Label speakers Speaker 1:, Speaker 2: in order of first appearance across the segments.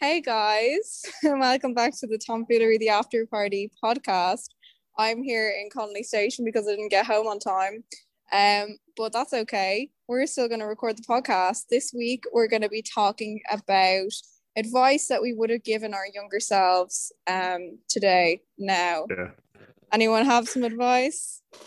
Speaker 1: Hey guys, welcome back to the Tom Foolery The After Party podcast. I'm here in Connolly Station because I didn't get home on time. Um, but that's okay. We're still going to record the podcast. This week, we're going to be talking about advice that we would have given our younger selves um, today, now.
Speaker 2: Yeah.
Speaker 1: Anyone have some advice?
Speaker 3: Oh.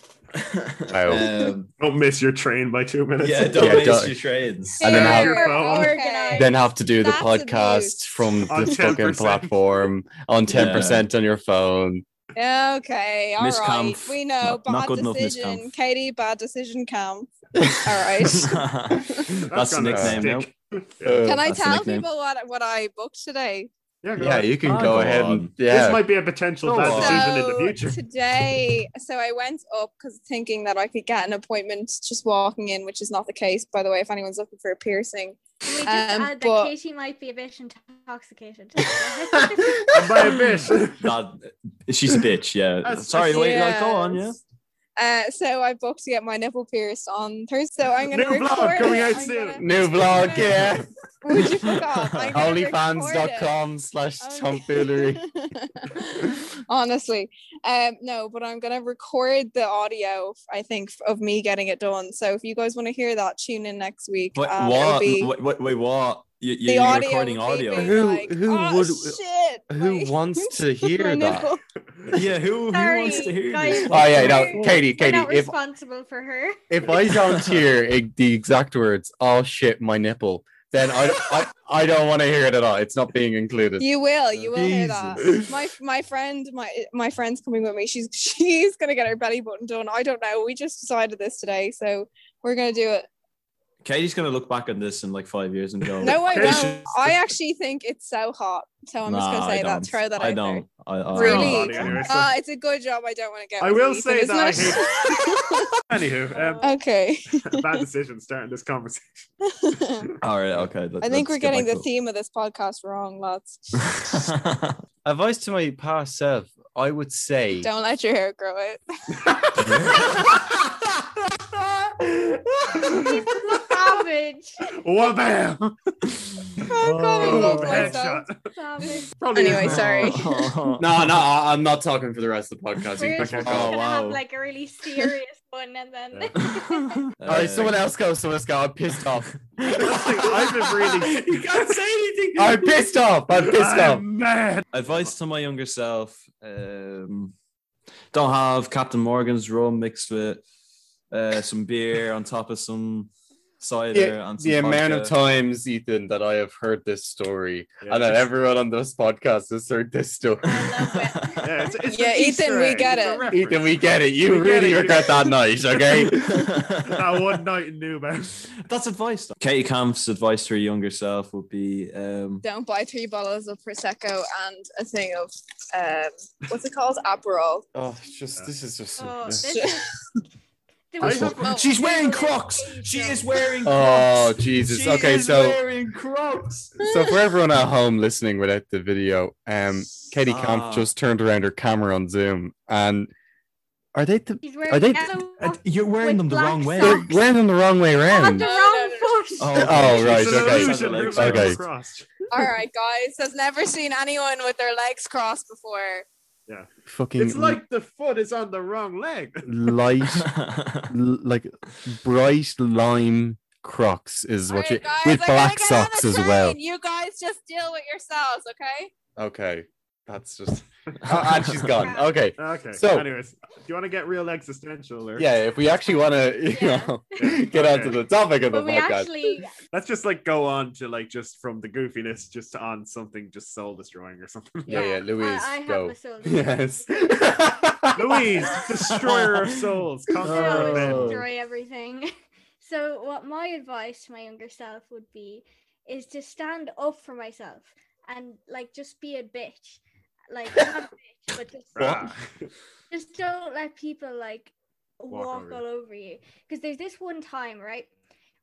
Speaker 4: Um,
Speaker 2: Don't miss your train by two minutes.
Speaker 4: yeah, don't
Speaker 3: Yeah,
Speaker 4: waste
Speaker 3: don't-
Speaker 4: your trains.
Speaker 3: And then
Speaker 1: Here,
Speaker 2: Your
Speaker 3: have-
Speaker 2: phone.
Speaker 1: okay.
Speaker 3: then have to do the
Speaker 1: That's abuse.
Speaker 3: podcast from
Speaker 2: On
Speaker 3: the fucking
Speaker 2: 10%.
Speaker 3: platform on 10% on your phone.
Speaker 1: Okay, all right.
Speaker 5: Miss Kampf.
Speaker 1: We know
Speaker 5: Not- not
Speaker 1: bad
Speaker 5: good enough, Miss
Speaker 1: decision,
Speaker 5: Kampf.
Speaker 1: Katie. Bad decision, Cam.
Speaker 5: All
Speaker 1: right.
Speaker 5: That's the
Speaker 2: gonna
Speaker 5: nickname now.
Speaker 2: stick. yeah,
Speaker 1: Can I
Speaker 5: That's the
Speaker 1: tell
Speaker 5: nickname.
Speaker 1: people what what I booked today?
Speaker 2: yeah, go
Speaker 3: Uh, Yeah,
Speaker 2: on.
Speaker 3: you can
Speaker 4: Oh,
Speaker 3: go
Speaker 4: go
Speaker 3: ahead and
Speaker 4: on.
Speaker 2: This
Speaker 3: yeah.
Speaker 2: might be a potential
Speaker 3: Go
Speaker 2: bad
Speaker 3: on.
Speaker 2: decision in the future.
Speaker 1: today, so I went up because thinking that I could get an appointment just walking in, which is not the case, by the way. If anyone's looking for a piercing,
Speaker 6: Can we just
Speaker 1: Um,
Speaker 6: add that
Speaker 1: but-
Speaker 6: Katie might be a bit intoxicated?
Speaker 2: And by a bit.
Speaker 5: Not-
Speaker 4: She's a bitch. Yeah.
Speaker 2: That's-
Speaker 5: sorry, wait, like, go on, yeah.
Speaker 1: Yes. Uh, so I booked to get my nipple pierced on Thursday. So I'm gonna
Speaker 2: New vlog
Speaker 1: record
Speaker 2: coming
Speaker 1: it.
Speaker 2: out
Speaker 1: I'm
Speaker 2: soon.
Speaker 1: gonna-
Speaker 3: New vlog, yeah.
Speaker 1: Would you fuck off? I'm gonna record it.
Speaker 3: Onlyfans.com slash tomfoolery.
Speaker 1: Honestly, um, no, but I'm gonna record the audio. I think of me getting it done. So if you guys want to hear that, tune in next week.
Speaker 5: What-
Speaker 1: um, it'll
Speaker 5: what?
Speaker 1: be-
Speaker 5: Wait, wait, wait, what? You,
Speaker 1: the
Speaker 5: you're
Speaker 1: audio
Speaker 5: recording
Speaker 1: will be
Speaker 5: audio.
Speaker 1: being
Speaker 3: Who-
Speaker 1: like,
Speaker 3: who
Speaker 1: "Oh,
Speaker 3: would-
Speaker 1: shit,
Speaker 3: Who
Speaker 1: like,
Speaker 3: wants to
Speaker 1: my
Speaker 3: hear that?
Speaker 1: nipple."
Speaker 5: Yeah, who, who wants to
Speaker 6: Sorry,
Speaker 5: hear
Speaker 6: guys.
Speaker 5: this?
Speaker 3: Oh yeah,
Speaker 6: We're
Speaker 3: no, Katie,
Speaker 6: We're
Speaker 3: Katie,
Speaker 6: not
Speaker 3: if
Speaker 6: responsible for her.
Speaker 3: if I don't hear i- the exact words, oh shit, my nipple, then I I, I don't want to hear it at all. It's not being included.
Speaker 1: You will, you will hear that.
Speaker 3: Jesus.
Speaker 1: My my friend, my my friend's coming with me. She's she's gonna get her belly button done. I don't know. We just decided this today, so we're gonna do it.
Speaker 5: Katie's gonna look back on this in like five years and go.
Speaker 1: No, I
Speaker 2: Okay,
Speaker 1: won't. I actually think it's so hot, so I'm just
Speaker 5: "Nah,
Speaker 1: gonna
Speaker 5: I
Speaker 1: say that.
Speaker 5: don't.
Speaker 1: Throw that out
Speaker 5: I
Speaker 1: there.
Speaker 5: don't. I, I,
Speaker 1: Really?
Speaker 5: I,
Speaker 1: Uh, it's a good job. I don't want to get.
Speaker 2: I
Speaker 1: one of
Speaker 2: will
Speaker 1: these,
Speaker 2: say
Speaker 1: and
Speaker 2: that I
Speaker 1: it's not-
Speaker 2: Anywho, um,
Speaker 1: okay.
Speaker 2: bad decision starting this conversation.
Speaker 5: all right, okay. let-
Speaker 1: I think
Speaker 5: let's
Speaker 1: we're
Speaker 5: get
Speaker 1: getting the
Speaker 5: back
Speaker 1: theme of this podcast wrong, lads.
Speaker 5: to-
Speaker 3: Advice to my past self, I would say
Speaker 1: Don't let your hair grow it.
Speaker 6: Savage.
Speaker 2: Wabam!
Speaker 1: Oh, God, I
Speaker 5: Oh,
Speaker 1: love myself.
Speaker 2: Headshot.
Speaker 6: Savage.
Speaker 2: Probably
Speaker 1: Anyway,
Speaker 2: isn't.
Speaker 1: sorry.
Speaker 3: No, no, I, I'm not talking for the rest of the podcast.
Speaker 6: We're
Speaker 3: You
Speaker 6: just
Speaker 3: fuck
Speaker 6: gonna
Speaker 3: off.
Speaker 6: have
Speaker 5: wow.
Speaker 6: like a really serious one and then
Speaker 5: Uh,
Speaker 3: All right, someone else go. Someone else go. I'm pissed off.
Speaker 2: That's like, I've been really.
Speaker 4: you can't say anything.
Speaker 3: I'm pissed off. I'm pissed off.
Speaker 2: I'm mad.
Speaker 5: advice to my younger self um don't have captain morgan's rum mixed with uh some beer on top of some cider and some
Speaker 3: The amount of
Speaker 5: vodka.
Speaker 3: times, Ethan, that I have heard this story,
Speaker 2: Yeah,
Speaker 3: and that
Speaker 2: it's-
Speaker 3: everyone on this podcast has heard this story.
Speaker 6: I
Speaker 2: yeah, it's, it's an
Speaker 1: Yeah, Ethan,
Speaker 2: Easter
Speaker 1: we
Speaker 2: egg.
Speaker 1: get
Speaker 2: It's a
Speaker 1: it.
Speaker 2: reference.
Speaker 3: Ethan, we get it. You
Speaker 2: We get
Speaker 3: really
Speaker 2: it.
Speaker 3: regret that night, okay?
Speaker 2: that one night in Newman.
Speaker 5: that's advice though. katie camp's advice to her younger self would be um
Speaker 1: Don't buy three bottles of prosecco and a thing of um, what's it called? Aperol.
Speaker 3: oh, it's just this is just.
Speaker 6: Oh,
Speaker 3: Oh,
Speaker 6: this is. oh, There
Speaker 2: I
Speaker 6: was
Speaker 2: have-
Speaker 6: no-
Speaker 5: she's wearing
Speaker 6: there was
Speaker 5: crocs
Speaker 6: no
Speaker 5: she
Speaker 6: joke.
Speaker 5: is wearing
Speaker 3: Oh, Jesus.
Speaker 5: She
Speaker 3: okay,
Speaker 5: is
Speaker 3: so
Speaker 5: wearing crocs
Speaker 3: so for everyone at home listening without the video, um, Katie Camp
Speaker 5: Ah.
Speaker 3: just turned around her camera on Zoom, and are they the
Speaker 6: She's wearing
Speaker 3: Are they-
Speaker 6: yellow
Speaker 5: Uh, you're wearing
Speaker 6: With
Speaker 5: them the
Speaker 6: black
Speaker 5: wrong way
Speaker 3: they're wearing them the wrong way
Speaker 6: on the
Speaker 3: around?
Speaker 1: No,
Speaker 6: wrong
Speaker 1: no,
Speaker 6: foot.
Speaker 5: Oh,
Speaker 3: Oh, right,
Speaker 2: it's an
Speaker 3: okay.
Speaker 2: illusion. Her legs are
Speaker 3: Okay.
Speaker 2: crossed.
Speaker 1: All right, guys. I've never seen anyone with their legs crossed before.
Speaker 3: Fucking
Speaker 2: It's like the foot is on the wrong leg.
Speaker 3: light l- like bright lime Crocs is what
Speaker 1: All
Speaker 3: you
Speaker 1: right, guys,
Speaker 3: with
Speaker 1: I gotta
Speaker 3: black
Speaker 1: get on
Speaker 3: socks
Speaker 1: the
Speaker 3: as well.
Speaker 1: train. You guys just deal with yourselves, okay?
Speaker 3: Okay, that's just oh, and she's gone. Okay,
Speaker 2: Okay.
Speaker 3: So-
Speaker 2: anyways, do you want to get real existential? Or...
Speaker 3: yeah. If we actually want to, you
Speaker 6: Yeah.
Speaker 3: know, get onto the topic of the
Speaker 6: But we
Speaker 3: podcast.
Speaker 6: actually
Speaker 2: Let's just like go on to like just from the goofiness just to on something just soul destroying or something.
Speaker 3: Yeah, yeah, Louise,
Speaker 6: I, I
Speaker 3: go.
Speaker 6: Have a soul
Speaker 3: Yes.
Speaker 2: Louise, destroyer of souls,
Speaker 3: Oh.
Speaker 2: conqueror
Speaker 6: so
Speaker 2: of men.
Speaker 6: destroy everything. So, what my advice to my younger self would be is to stand up for myself and like just be a bitch, like not a bitch, but just
Speaker 2: Ah.
Speaker 6: just don't let people like
Speaker 2: Walk
Speaker 6: walk,
Speaker 2: over
Speaker 6: all over you because there's this one time right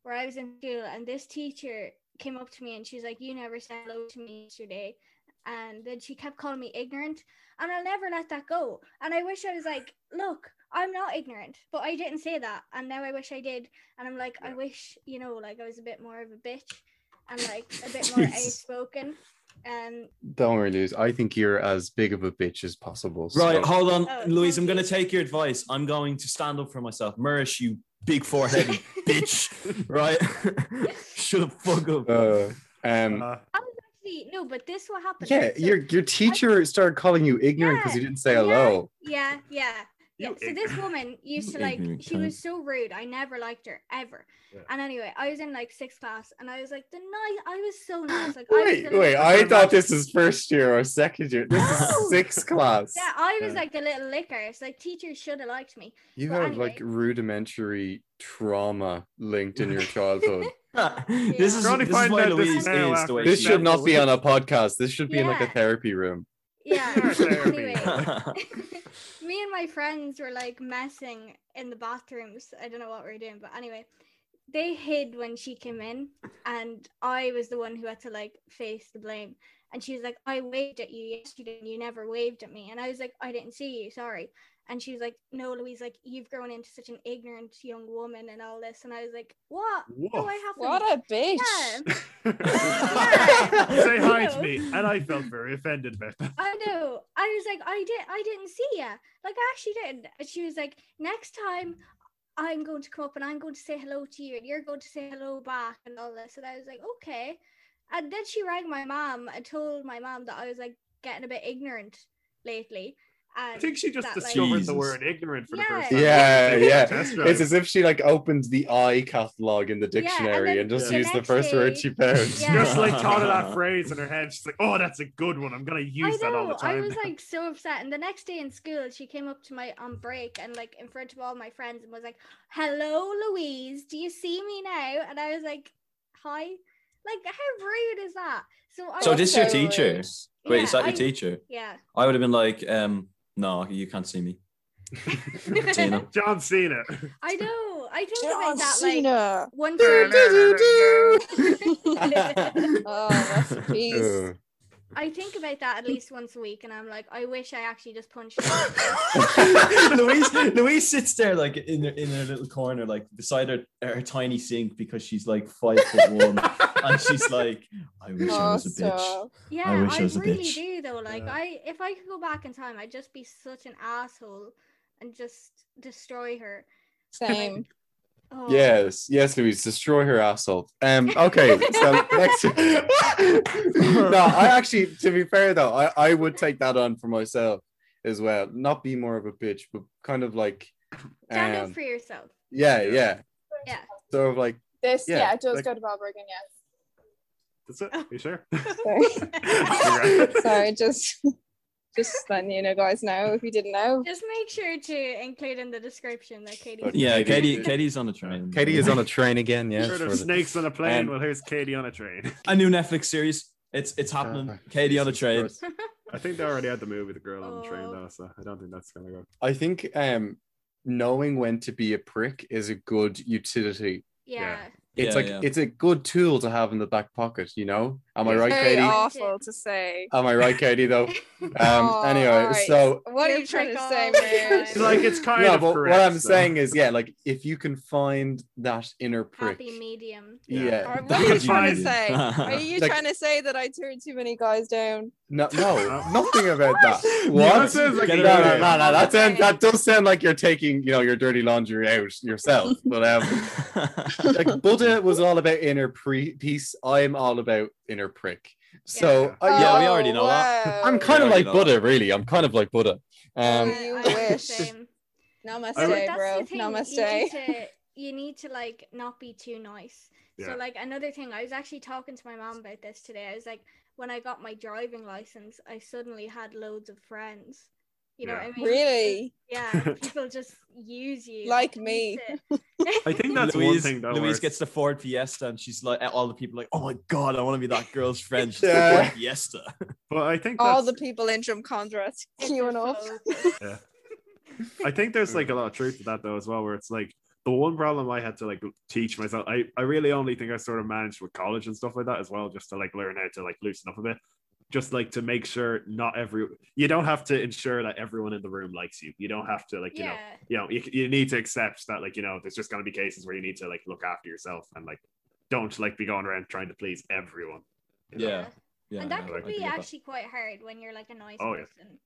Speaker 6: where i was in school and this teacher came up to me and she's like you never said hello to me yesterday and then she kept calling me ignorant and i'll never let that go and i wish i was like look i'm not ignorant but i didn't say that and now i wish i did and i'm like i
Speaker 2: Yeah.
Speaker 6: wish you know like i was a bit more of a bitch and like a bit more
Speaker 5: Jesus.
Speaker 6: outspoken Um,
Speaker 3: Don't worry, Luz. I think you're as big of a bitch as possible. so-
Speaker 5: Right, hold on,
Speaker 6: Oh,
Speaker 5: Louise. I'm
Speaker 6: okay.
Speaker 5: going to take your advice. I'm going to stand up for myself. Marish, you big forehead bitch. Right? Shut the fuck up.
Speaker 3: Uh, um,
Speaker 2: Uh,
Speaker 6: I was actually no, but this will happen.
Speaker 3: yeah, your your teacher started calling you ignorant because you didn't say
Speaker 6: Yeah.
Speaker 3: hello.
Speaker 6: Yeah, yeah. Yeah,
Speaker 2: You
Speaker 6: so this woman used to
Speaker 5: You
Speaker 6: like
Speaker 5: ignorant
Speaker 6: she was so rude. I never liked her ever.
Speaker 2: Yeah.
Speaker 6: And anyway, I was in like sixth class, and I was like the night I was so nice. Like I was
Speaker 3: Wait,
Speaker 6: the
Speaker 3: wait.
Speaker 6: little-
Speaker 3: I thought this is first year or second year. This
Speaker 6: No.
Speaker 3: is sixth class.
Speaker 6: yeah, I was
Speaker 3: Yeah.
Speaker 6: like the little licker. It's like teachers should have liked me.
Speaker 3: You
Speaker 6: Well,
Speaker 3: have like rudimentary trauma linked in your childhood.
Speaker 5: this is,
Speaker 2: You're only
Speaker 5: this is
Speaker 2: finding
Speaker 5: why
Speaker 2: out this
Speaker 5: Louise is
Speaker 2: now
Speaker 5: the way
Speaker 2: after
Speaker 3: this
Speaker 5: she
Speaker 3: should
Speaker 5: is.
Speaker 3: not be on a podcast. This should be in like
Speaker 6: Yeah.
Speaker 3: a therapy room.
Speaker 6: Yeah.
Speaker 2: You're therapy.
Speaker 6: anyway, me and my friends were like messing in the bathrooms. I don't know what we were doing, but anyway, they hid when she came in, and I was the one who had to like face the blame. And she was like, I waved at you yesterday and you never waved at me. And I was like, I didn't see you, sorry. And she was like, No, Louise, like you've grown into such an ignorant young woman and all this. And I was like, What? No, I
Speaker 2: woof.
Speaker 6: haven't.
Speaker 1: Oh, What a bitch.
Speaker 6: yeah.
Speaker 2: Say hi
Speaker 6: No.
Speaker 2: to me, and I felt very offended about that.
Speaker 6: I know. I was like, I did. I didn't see ya. Like, I actually didn't. And she was like, next time, I'm going to come up and I'm going to say hello to you, and you're going to say hello back, and all this. And I was like, okay. And then she rang my mom and told my mom that I was like getting a bit ignorant lately. And
Speaker 2: I think she just
Speaker 6: that, like-
Speaker 2: discovered
Speaker 5: Jesus.
Speaker 2: the word ignorant for
Speaker 6: Yeah.
Speaker 2: the first time.
Speaker 3: Yeah, yeah.
Speaker 2: That's right.
Speaker 3: It's as if she like opened the I catalog in the
Speaker 6: Yeah, and
Speaker 3: dictionary
Speaker 6: then
Speaker 3: and just
Speaker 2: the
Speaker 3: used the
Speaker 6: next
Speaker 3: first
Speaker 6: day-
Speaker 3: word she found.
Speaker 6: Yeah.
Speaker 2: Just like thought of that phrase in her head. She's like, "Oh, that's a good one. I'm gonna
Speaker 6: I
Speaker 2: use
Speaker 6: know.
Speaker 2: that all the
Speaker 6: I
Speaker 2: time."
Speaker 6: was like so upset. And the next day in school, she came up to my on break and like in front of all my friends and was like, "Hello, Louise. Do you see me now?" And I was like, "Hi." Like, how rude is that? So, I
Speaker 5: so
Speaker 6: was
Speaker 5: this your
Speaker 1: so
Speaker 5: teacher?
Speaker 1: rude.
Speaker 5: Wait,
Speaker 6: Yeah,
Speaker 5: is that your
Speaker 6: I-
Speaker 5: teacher?
Speaker 6: Yeah.
Speaker 5: I would have been like, um, no, you can't see me. Tina.
Speaker 2: John Cena.
Speaker 6: I know. I think
Speaker 1: John
Speaker 6: about that like
Speaker 1: Cena.
Speaker 6: one
Speaker 3: Do,
Speaker 6: time.
Speaker 3: do, do,
Speaker 1: Oh, that's a
Speaker 3: do.
Speaker 1: piece.
Speaker 3: Uh,
Speaker 6: I think about that at least once a week, and I'm like, I wish I actually just punched. her.
Speaker 5: Louise, Louise sits there like in her, in her little corner, like beside her, her tiny sink because she's like five foot one, and she's like, "I wish I
Speaker 1: Oh,
Speaker 5: was a bitch."
Speaker 1: stop.
Speaker 6: Yeah,
Speaker 5: wish I
Speaker 6: I,
Speaker 5: was a
Speaker 6: really
Speaker 5: bitch.
Speaker 6: do though. Like
Speaker 2: Yeah.
Speaker 6: I if I could go back in time, I'd just be such an asshole and just destroy her.
Speaker 1: Same.
Speaker 6: Oh.
Speaker 3: Yes, yes, Louise, destroy her asshole. Um, okay, so next. no, I actually, to be fair though, I, I would take that on for myself as well. Not be more of a bitch, but kind of like,
Speaker 6: Stand up
Speaker 3: um,
Speaker 6: Oh, for yourself.
Speaker 3: yeah, yeah,
Speaker 6: Yeah.
Speaker 3: sort of like,
Speaker 1: This,
Speaker 3: Yeah,
Speaker 1: yeah, it does
Speaker 3: like-
Speaker 1: go to Bob Regan, yes.
Speaker 2: That's it. you sure?
Speaker 1: Sorry.
Speaker 2: You're right.
Speaker 1: Sorry, just just letting you know, guys, know if you didn't know.
Speaker 6: Just make sure to include in the description that Katie
Speaker 3: Okay.
Speaker 5: Yeah,
Speaker 3: Katie-
Speaker 5: Katie, Katie's on the train.
Speaker 3: Katie is on a train again. Yeah,
Speaker 2: Heard
Speaker 3: for
Speaker 2: of
Speaker 3: the-
Speaker 2: snakes on a plane.
Speaker 3: Um,
Speaker 2: well, here's Katie on a train.
Speaker 5: a new Netflix series. It's it's happening. Katie on the train.
Speaker 2: I think they already had the movie The Girl on the Train
Speaker 6: Oh.
Speaker 2: though, so I don't think that's gonna go.
Speaker 3: I think um knowing when to be a prick is a good utility.
Speaker 6: Yeah.
Speaker 3: It's
Speaker 5: Yeah,
Speaker 3: like
Speaker 5: yeah.
Speaker 3: it's a good tool to have in the back pocket, you know? Am I
Speaker 2: Yeah.
Speaker 3: right,
Speaker 1: Very
Speaker 3: Katie?
Speaker 1: awful to say.
Speaker 3: Am I Oh, right, Katie though? Um
Speaker 1: Oh,
Speaker 3: anyway,
Speaker 1: alright.
Speaker 3: so
Speaker 1: what are
Speaker 6: You're
Speaker 1: you trying to
Speaker 6: prick
Speaker 1: say,
Speaker 6: all
Speaker 1: man?
Speaker 6: the
Speaker 2: It's like it's kind
Speaker 3: no,
Speaker 2: of
Speaker 3: but
Speaker 2: correct,
Speaker 3: what I'm
Speaker 2: so.
Speaker 3: saying is yeah, like if you can find that inner prick.
Speaker 6: Happy medium.
Speaker 3: Yeah.
Speaker 1: Or what are you trying to say? Are you
Speaker 3: Like-
Speaker 1: trying to say that I turned too many guys down?
Speaker 3: No no,
Speaker 2: Oh.
Speaker 3: nothing about that.
Speaker 2: Yeah, that
Speaker 3: What?
Speaker 2: sounds like
Speaker 5: Get
Speaker 3: No,
Speaker 5: it
Speaker 3: no,
Speaker 5: out
Speaker 3: no,
Speaker 5: of
Speaker 3: no.
Speaker 5: there.
Speaker 3: That sounds, that does sound like you're taking, you know, your dirty laundry out yourself. But um, like Buddha was all about inner pre- peace. I'm all about inner prick. So I,
Speaker 5: Uh, Yeah,
Speaker 6: Oh.
Speaker 3: yeah,
Speaker 5: we already know that.
Speaker 1: Oh, wow.
Speaker 3: I'm kind of
Speaker 5: Yeah,
Speaker 3: like
Speaker 5: you know
Speaker 3: Buddha, really. I'm kind of like Buddha. Um,
Speaker 1: Yeah. you
Speaker 6: I'm the
Speaker 1: wish.
Speaker 6: same.
Speaker 2: I
Speaker 1: Namaste,
Speaker 2: would-
Speaker 1: bro.
Speaker 6: You
Speaker 1: Namaste.
Speaker 6: need, to, you need to like not be too nice.
Speaker 2: Yeah.
Speaker 6: So like another thing, I was actually talking to my mom about this today. I was like, when I got my driving license, I suddenly had loads of friends. You know
Speaker 2: Yeah.
Speaker 6: what I mean?
Speaker 1: Really?
Speaker 6: Yeah. People just use you.
Speaker 1: Like
Speaker 6: use
Speaker 1: me.
Speaker 6: it.
Speaker 2: I think that's
Speaker 5: Louise,
Speaker 2: one thing though. where
Speaker 5: Louise
Speaker 2: it's-
Speaker 5: gets the Ford Fiesta, and she's like, all the people like, "Oh my god, I want to be that girl's friend." She's
Speaker 3: Yeah.
Speaker 5: the Ford Fiesta.
Speaker 2: But I think
Speaker 1: All
Speaker 2: that's,
Speaker 1: the people in Drumcondra
Speaker 6: It's
Speaker 1: queuing
Speaker 6: a
Speaker 1: up.
Speaker 6: phobe.
Speaker 2: I think there's like a lot of truth to that though as well, where it's like the one problem I had to like teach myself. I, I really only think I sort of managed with college and stuff like that as well, just to like learn how to like loosen up a bit. Just like to make sure not every you don't have to ensure that everyone in the room likes you. You don't have to like you know
Speaker 6: Yeah.
Speaker 2: you know you, you need to accept that like you know there's just going to be cases where you need to like look after yourself and like don't like be going around trying to please everyone.
Speaker 5: Yeah. Yeah,
Speaker 6: and
Speaker 5: I
Speaker 6: that
Speaker 5: know, I
Speaker 6: could
Speaker 5: can
Speaker 6: be
Speaker 5: do that.
Speaker 6: actually quite hard when you're like a noise
Speaker 2: Oh, yeah.
Speaker 6: person.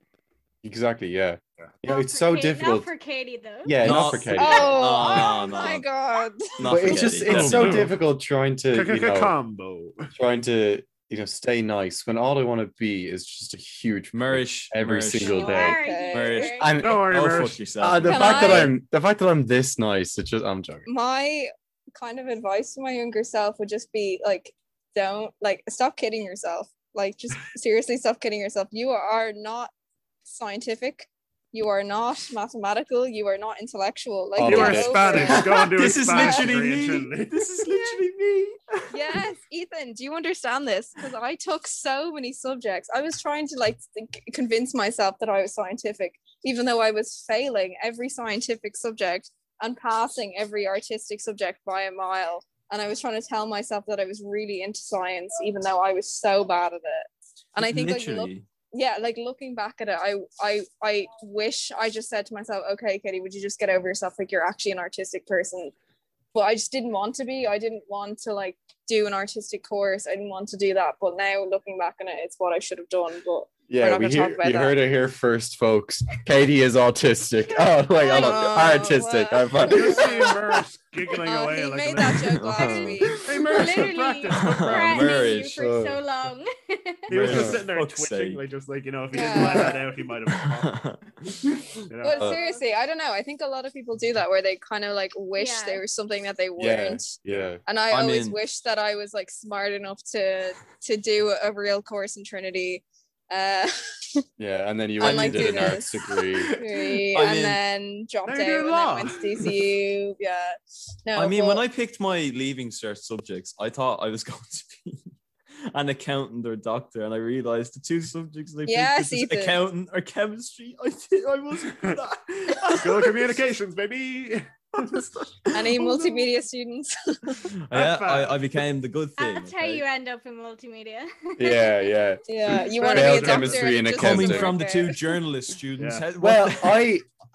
Speaker 3: Exactly. Yeah.
Speaker 2: Yeah.
Speaker 3: You know,
Speaker 6: Not
Speaker 3: it's
Speaker 6: for
Speaker 3: so
Speaker 6: Katie-
Speaker 3: difficult.
Speaker 6: Not for Katie though.
Speaker 3: Yeah,
Speaker 5: No.
Speaker 3: not for Katie.
Speaker 1: Oh,
Speaker 5: No,
Speaker 1: oh
Speaker 5: no,
Speaker 1: my
Speaker 5: no.
Speaker 1: god.
Speaker 5: Not
Speaker 3: but
Speaker 5: for
Speaker 3: it's just
Speaker 5: Katie, definitely.
Speaker 3: it's so
Speaker 2: no.
Speaker 3: difficult trying to Uh, you know,
Speaker 2: combo.
Speaker 3: trying to you know stay nice when all I want to be is just a huge
Speaker 5: Marish
Speaker 3: Every
Speaker 5: Marish.
Speaker 3: single
Speaker 6: You
Speaker 3: day.
Speaker 6: are, you
Speaker 5: Very-
Speaker 6: are.
Speaker 3: I'm
Speaker 2: Don't worry,
Speaker 5: Oh
Speaker 2: Mirish.
Speaker 5: fuck yourself.
Speaker 3: uh, the
Speaker 1: Can
Speaker 3: fact
Speaker 1: I-
Speaker 3: that I'm the fact that I'm this nice. It's just I'm joking.
Speaker 1: my kind of advice to my younger self would just be like don't like stop kidding yourself like just seriously stop kidding yourself you are not scientific you are not mathematical you are not intellectual like
Speaker 3: Oh,
Speaker 2: You
Speaker 1: get
Speaker 2: are
Speaker 3: okay.
Speaker 1: over
Speaker 2: Spanish.
Speaker 1: it.
Speaker 2: Go and do
Speaker 5: This
Speaker 2: a
Speaker 5: is
Speaker 2: Spanish
Speaker 5: literally
Speaker 2: degree in
Speaker 5: me.
Speaker 2: Chile.
Speaker 5: This is literally me.
Speaker 1: yes ethan do you understand this because i took so many subjects i was trying to like think, convince myself that i was scientific even though i was failing every scientific subject and passing every artistic subject by a mile and i was trying to tell myself that i was really into science even though i was so bad at it and i think like look,
Speaker 5: literally.
Speaker 1: yeah like looking back at it i i i wish i just said to myself okay kitty would you just get over yourself like you're actually an artistic person but i just didn't want to be i didn't want to like do an artistic course i didn't want to do that but now looking back on it it's what i should have done but
Speaker 3: Yeah,
Speaker 1: not
Speaker 3: we
Speaker 1: gonna talk
Speaker 3: hear,
Speaker 1: about
Speaker 3: you
Speaker 1: that.
Speaker 3: heard it here first, folks. Katie is autistic. Oh, like I'm
Speaker 1: Oh,
Speaker 3: artistic.
Speaker 1: wow.
Speaker 3: I'm fucking-
Speaker 2: Just see Mirish giggling
Speaker 1: oh,
Speaker 2: away
Speaker 1: he
Speaker 2: like
Speaker 1: made
Speaker 2: an
Speaker 1: that
Speaker 2: idiot.
Speaker 1: joke last
Speaker 5: Oh.
Speaker 1: week
Speaker 2: Hey, Mirish,
Speaker 6: Literally
Speaker 2: good practice. Good practice.
Speaker 6: threatening you
Speaker 5: Merge.
Speaker 6: for so long.
Speaker 2: He was just
Speaker 3: Yeah.
Speaker 2: sitting there
Speaker 5: Fuck's
Speaker 2: twitching,
Speaker 5: sake.
Speaker 2: like just like you know, if he
Speaker 1: Yeah.
Speaker 2: didn't let that out, he might have. You know?
Speaker 1: but
Speaker 3: Uh,
Speaker 1: seriously i don't know i think a lot of people do that where they kind of like wish
Speaker 6: Yeah.
Speaker 1: they were something that they
Speaker 3: Yeah.
Speaker 1: weren't
Speaker 3: Yeah.
Speaker 1: and I
Speaker 5: I'm
Speaker 1: always
Speaker 5: in.
Speaker 1: wish that I was like smart enough to to do a real course in Trinity. Uh,
Speaker 3: Yeah. And then you
Speaker 1: I
Speaker 3: went
Speaker 1: like
Speaker 3: and did
Speaker 1: doing
Speaker 3: an arts
Speaker 1: this.
Speaker 3: degree.
Speaker 1: degree,
Speaker 5: I'm
Speaker 1: and
Speaker 5: in.
Speaker 1: then dropped
Speaker 2: Now
Speaker 1: out
Speaker 2: you're
Speaker 1: and
Speaker 2: doing
Speaker 1: then
Speaker 2: law.
Speaker 1: went to DCU. Yeah. No,
Speaker 5: I mean, when
Speaker 1: but-
Speaker 5: I picked my leaving cert subjects, I thought I was going to be an accountant or doctor, and I realized the two subjects I
Speaker 1: Yes,
Speaker 5: picked
Speaker 1: Ethan.
Speaker 5: was accountant or chemistry. I did, I wasn't good at.
Speaker 2: School of communications, baby.
Speaker 1: any multimedia students.
Speaker 5: Yeah, I, I became the good thing.
Speaker 6: That's how
Speaker 5: okay?
Speaker 6: you end up in multimedia.
Speaker 3: Yeah. Yeah.
Speaker 1: yeah, you want to be
Speaker 2: Failed
Speaker 1: a doctor
Speaker 3: chemistry and
Speaker 1: just
Speaker 5: coming
Speaker 3: accounting.
Speaker 1: doesn't
Speaker 5: from the
Speaker 1: work
Speaker 5: two
Speaker 1: out.
Speaker 5: journalist students.
Speaker 2: Yeah.
Speaker 5: how- what
Speaker 3: Well,
Speaker 5: the-
Speaker 3: I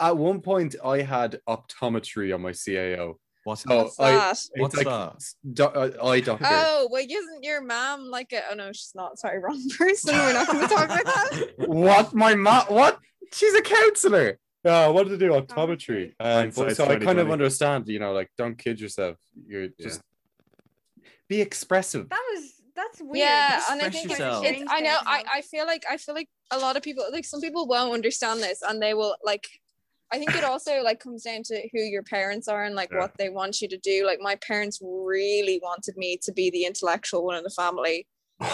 Speaker 3: at one point I had optometry on my CAO.
Speaker 5: what's
Speaker 2: Oh,
Speaker 3: So
Speaker 5: that?
Speaker 1: What's
Speaker 3: I
Speaker 1: that?
Speaker 3: it's
Speaker 5: What's
Speaker 3: like
Speaker 5: that?
Speaker 3: s- do- uh, eye doctor.
Speaker 1: Oh, well, isn't your mom like a? Oh no, she's not. Sorry, wrong person. We're not going to talk about that.
Speaker 3: What my ma? What? She's a counselor. Uh, what did they do? Optometry.
Speaker 6: Optometry.
Speaker 3: Um, but-
Speaker 2: Hindsight's
Speaker 3: so I kind of
Speaker 2: 20/20.
Speaker 3: understand. You know, like don't kid yourself. You're just be expressive.
Speaker 6: That was that's weird.
Speaker 1: Yeah,
Speaker 5: Just
Speaker 1: and I
Speaker 5: fresh
Speaker 1: think
Speaker 5: yourself.
Speaker 1: it's, I know I, I feel like I feel like a lot of people like some people won't understand this and they will like I think it also like comes down to who your parents are and like
Speaker 2: Yeah.
Speaker 1: what they want you to do. Like my parents really wanted me to be the intellectual one in the family.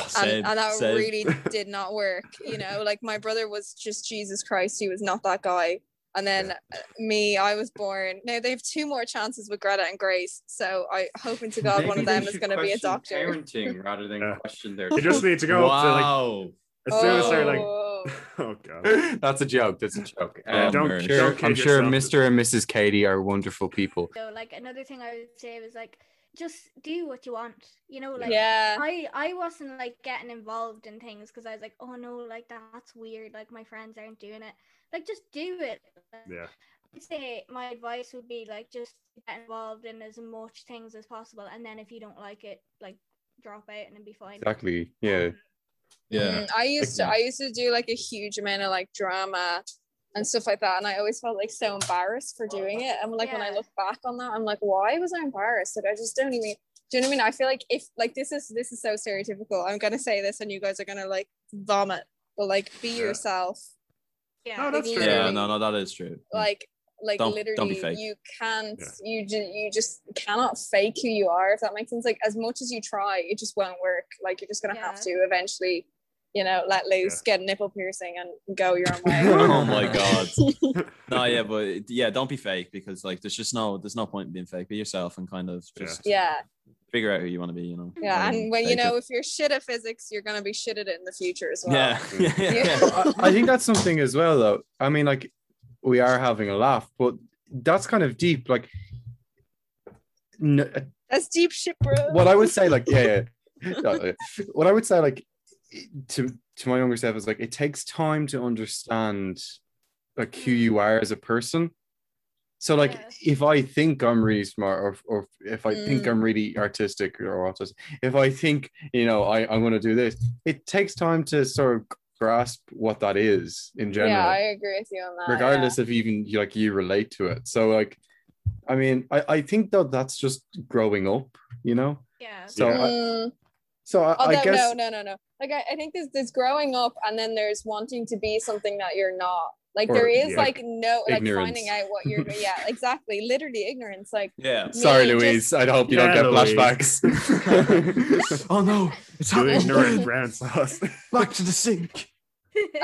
Speaker 5: Same,
Speaker 1: and, and that
Speaker 5: same.
Speaker 1: really did not work. You know, like my brother was just Jesus Christ, he was not that guy. And then uh, me, I was born. Now they have two more chances with Greta and Grace. So I hoping to God one of them is gonna be a doctor.
Speaker 7: Parenting rather than
Speaker 2: Yeah.
Speaker 7: question their.
Speaker 2: You just need to go up
Speaker 5: wow.
Speaker 2: to like as soon as they're like,
Speaker 1: Oh.
Speaker 2: oh god,
Speaker 3: That's a joke. That's a joke.
Speaker 5: Yeah,
Speaker 3: Um,
Speaker 2: don't,
Speaker 5: I'm
Speaker 2: don't
Speaker 5: sure-
Speaker 2: kid
Speaker 3: I'm sure
Speaker 2: yourself.
Speaker 3: Mr. and Mrs. Katie are wonderful people.
Speaker 6: so like another thing I would say was like just do what you want. You know, like
Speaker 1: yeah.
Speaker 6: I I wasn't like getting involved in things because I was like, oh no, like that's weird. Like my friends aren't doing it. Like just do it. Like,
Speaker 2: Yeah.
Speaker 6: I'd say my advice would be like just get involved in as much things as possible, and then if you don't like it, like drop out and it'd be fine.
Speaker 3: Exactly. Yeah.
Speaker 6: Um,
Speaker 5: Yeah.
Speaker 1: Mm, I used to I used to do like a huge amount of like drama and stuff like that. And I always felt like so embarrassed for doing it. And like when I
Speaker 6: Yeah.
Speaker 1: look back on that, I'm like, why was I embarrassed? Like I just don't even do you know what I mean? I feel like if like this is this is so stereotypical. I'm gonna say this and you guys are gonna like vomit, but like be
Speaker 2: Yeah.
Speaker 1: yourself.
Speaker 6: yeah.
Speaker 2: No, that's true.
Speaker 5: Yeah,
Speaker 1: Literally.
Speaker 5: no, no, that is true.
Speaker 1: Like like
Speaker 5: Mm. Don't- don't be
Speaker 1: literally
Speaker 5: fake.
Speaker 1: you can't
Speaker 2: Yeah.
Speaker 1: you ju- you just cannot fake who you are if that makes sense like as much as you try it just won't work like you're just gonna have to
Speaker 6: Yeah.
Speaker 1: eventually you know let loose get a nipple piercing and go your own way
Speaker 5: oh my god. no, yeah, but yeah, don't be fake because like there's just no there's no point in being fake. Be yourself and kind of
Speaker 2: Yeah.
Speaker 5: just
Speaker 1: yeah
Speaker 5: figure out who you want to be, you know.
Speaker 3: Mm,
Speaker 1: yeah and when you
Speaker 5: fake
Speaker 1: know
Speaker 5: it.
Speaker 1: if you're shit at physics you're gonna be shit at it in the future as well
Speaker 5: Yeah. yeah, yeah,
Speaker 1: Yeah.
Speaker 5: yeah.
Speaker 3: I, I think that's something as well, though. I mean, like, we are having a laugh, but that's kind of deep. Like, n-
Speaker 1: that's deep shit bro
Speaker 3: what I would say, like, yeah, yeah. No, yeah. what I would say, like, to to my younger self is like, it
Speaker 1: Mm.
Speaker 3: takes time to understand, like, who you are as a person. So like
Speaker 6: Yeah.
Speaker 3: if I think I'm really smart or, or if I think
Speaker 1: Mm.
Speaker 3: I'm really artistic or autistic, if I think, you know, I, I'm gonna do this, it takes time to sort of grasp what that is in general.
Speaker 1: Yeah, I agree with you on that.
Speaker 3: regardless if even you like you relate to it. So like I mean, I, I think though that's just growing up, you know?
Speaker 6: Yeah.
Speaker 3: So
Speaker 1: Yeah.
Speaker 3: I,
Speaker 1: Mm.
Speaker 3: so I,
Speaker 1: Although
Speaker 3: I guess
Speaker 1: no, no, no, no. Like I, I think there's there's growing up and then there's wanting to be something that you're not. Like
Speaker 3: Or,
Speaker 1: there is
Speaker 2: yeah.
Speaker 1: like no like
Speaker 3: Ignorance.
Speaker 1: finding out what you're yeah, exactly. Literally ignorance. Like
Speaker 5: Yeah.
Speaker 3: sorry,
Speaker 1: me just-
Speaker 3: Louise. I hope you
Speaker 2: Yeah,
Speaker 3: don't get
Speaker 2: Louise.
Speaker 3: flashbacks.
Speaker 5: oh no, it's
Speaker 2: You
Speaker 5: happening.
Speaker 2: ignorant brown sauce.
Speaker 5: Back to the sink.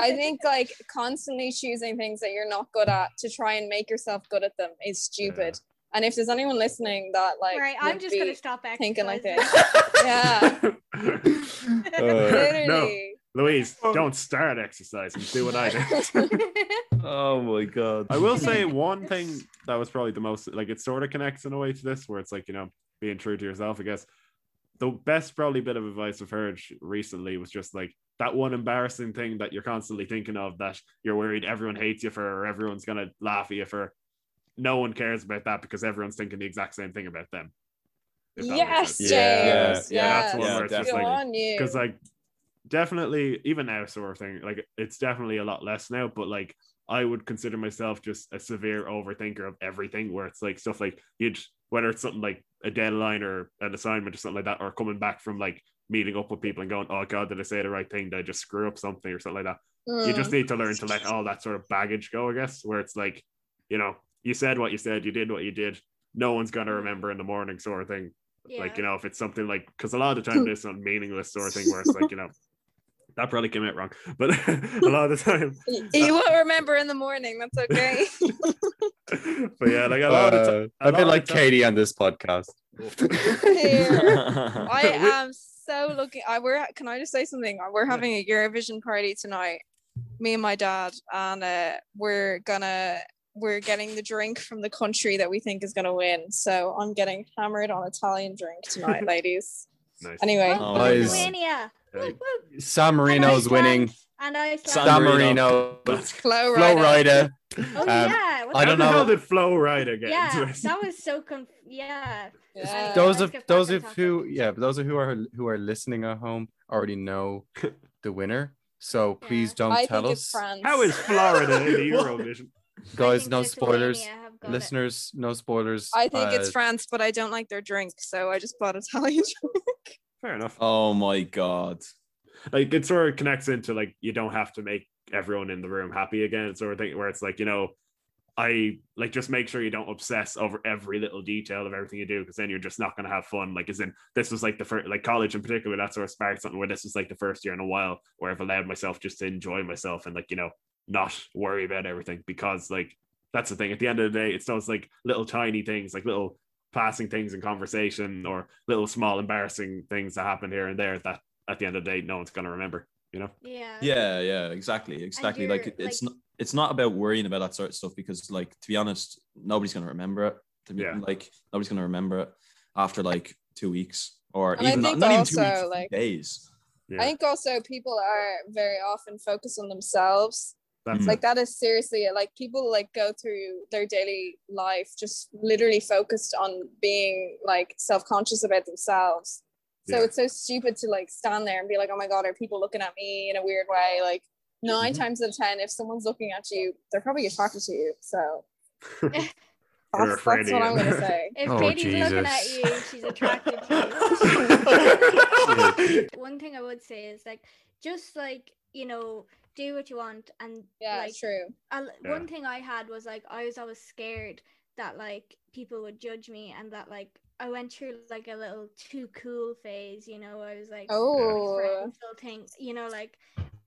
Speaker 1: I think like constantly choosing things that you're not good at to try and make yourself good at them is stupid. And if there's anyone listening that like
Speaker 6: right. I'm
Speaker 1: would
Speaker 6: just
Speaker 1: be-
Speaker 6: gonna stop acting.
Speaker 1: thinking like yeah,
Speaker 3: Uh,
Speaker 1: literally.
Speaker 2: Louise, don't start exercising. Do what I do.
Speaker 5: Oh my god.
Speaker 2: I will say one thing that was probably the most like it sort of connects in a way to this, where it's like you know being true to yourself. I guess the best probably bit of advice I've heard recently was just like that one embarrassing thing that you're constantly thinking of that you're worried everyone hates you for, or everyone's gonna laugh at you for. No one cares about that because everyone's thinking the exact same thing about them. If that makes
Speaker 1: Yes,
Speaker 2: sense.
Speaker 1: James.
Speaker 5: Yeah,
Speaker 1: yes.
Speaker 5: yeah, that's
Speaker 2: one where it's
Speaker 5: Yeah,
Speaker 2: just
Speaker 1: Good
Speaker 2: like
Speaker 1: on you.
Speaker 2: because like definitely even now sort of thing like it's definitely a lot less now but like i would consider myself just a severe overthinker of everything where it's like stuff like you'd whether it's something like a deadline or an assignment or something like that or coming back from like meeting up with people and going oh god did i say the right thing did i just screw up something or something like that you
Speaker 1: Mm.
Speaker 2: just need to learn to let all that sort of baggage go, I guess, where it's like, you know, you said what you said, you did what you did. No one's gonna remember in the morning, sort of thing. Like,
Speaker 6: Yeah.
Speaker 2: you know, if it's something like because a lot of the time there's some meaningless sort of thing where it's like, you know, that probably came out wrong. But a lot of the time,
Speaker 1: Y- you will remember in the morning. That's okay.
Speaker 2: but yeah, like a lot of the
Speaker 3: Uh,
Speaker 2: a
Speaker 3: a
Speaker 2: lot
Speaker 3: bit
Speaker 2: of
Speaker 3: like
Speaker 2: time-
Speaker 3: Katie on this podcast.
Speaker 1: Here. I
Speaker 5: I,
Speaker 1: am so looking. I we're can I just say something? We're having a Eurovision party tonight. Me and my dad, and uh, we're gonna we're getting the drink from the country that we think is gonna win. So I'm getting hammered on Italian drink tonight, ladies.
Speaker 2: time. Nice.
Speaker 1: Anyway,
Speaker 5: Oh,
Speaker 3: Guys.
Speaker 6: Lithuania.
Speaker 2: Yeah.
Speaker 6: Woo, woo.
Speaker 1: Oh
Speaker 3: San Marino's
Speaker 6: Iceland.
Speaker 3: winning.
Speaker 6: And Iceland.
Speaker 5: San
Speaker 3: San Marino.
Speaker 5: Marino.
Speaker 1: Flow
Speaker 3: Flow
Speaker 1: right.
Speaker 3: Rider.
Speaker 6: Oh
Speaker 3: um,
Speaker 6: yeah. What
Speaker 3: I
Speaker 2: How
Speaker 3: don't
Speaker 2: the
Speaker 3: know.
Speaker 2: hell did Flow right again?
Speaker 6: Yeah, that was so conf- yeah.
Speaker 1: Yeah.
Speaker 6: Don't-
Speaker 3: Those
Speaker 6: let's
Speaker 3: of
Speaker 6: get back
Speaker 3: those
Speaker 6: on
Speaker 3: of who yeah, but those of who are who are listening at home already know the winner. So
Speaker 6: Yeah.
Speaker 3: please don't
Speaker 1: I
Speaker 3: tell
Speaker 1: think it's
Speaker 3: us.
Speaker 1: France.
Speaker 2: How is Florida in the Eurovision?
Speaker 3: Guys,
Speaker 6: think
Speaker 3: no spoilers.
Speaker 6: Lithuania have got it.
Speaker 3: Listeners, no spoilers.
Speaker 1: I think it's
Speaker 3: Uh,
Speaker 1: France, but I don't like their drink, so I just bought Italian drink.
Speaker 2: Fair enough.
Speaker 5: oh my god.
Speaker 2: like it sort of connects into like you don't have to make everyone in the room happy again It's sort of thing where it's like you know i like just make sure you don't obsess over every little detail of everything you do because then you're just not going to have fun like as in this was like the first like college in particular that sort of sparked something where this was like the first year in a while where i've allowed myself just to enjoy myself and like you know not worry about everything because like that's the thing at the end of the day it's those like little tiny things like little passing things in conversation or little small embarrassing things that happen here and there that at the end of the day, no one's going to remember, you know?
Speaker 6: Yeah.
Speaker 5: Yeah, yeah, exactly, exactly. Like
Speaker 6: you're,
Speaker 5: it's
Speaker 6: like-
Speaker 5: not it's not about worrying about that sort of stuff because like to be honest, nobody's gonna remember it. To be
Speaker 2: Yeah.
Speaker 5: like nobody's gonna remember it after like two weeks or
Speaker 1: And I
Speaker 5: even not,
Speaker 1: think
Speaker 5: not even two
Speaker 1: also,
Speaker 5: weeks,
Speaker 1: like-
Speaker 5: like, days.
Speaker 2: Yeah.
Speaker 1: I think also people are very often focused on themselves
Speaker 2: That's
Speaker 5: Mm.
Speaker 1: like that is seriously it. like people like go through their daily life just literally focused on being like self-conscious about themselves so
Speaker 2: Yeah.
Speaker 1: it's so stupid to like stand there and be like oh my god are people looking at me in a weird way like 9
Speaker 5: Mhm.
Speaker 1: times out of ten if someone's looking at you they're probably attracted to you so that's,
Speaker 2: Or
Speaker 1: that's
Speaker 2: afraid
Speaker 1: what
Speaker 2: of
Speaker 1: i'm
Speaker 2: you.
Speaker 1: gonna say
Speaker 6: If
Speaker 3: Oh,
Speaker 6: Katie's looking at
Speaker 3: Jesus.
Speaker 6: you, she's attracted to you. One thing I would say is like, just like you know, do what you want, and
Speaker 1: yeah
Speaker 6: like,
Speaker 1: true
Speaker 6: I,
Speaker 2: Yeah.
Speaker 6: one thing I had was like I was always scared that like people would judge me, and that like I went through like a little too cool phase. You know, I was like, my
Speaker 1: oh
Speaker 6: friends will think, you know, like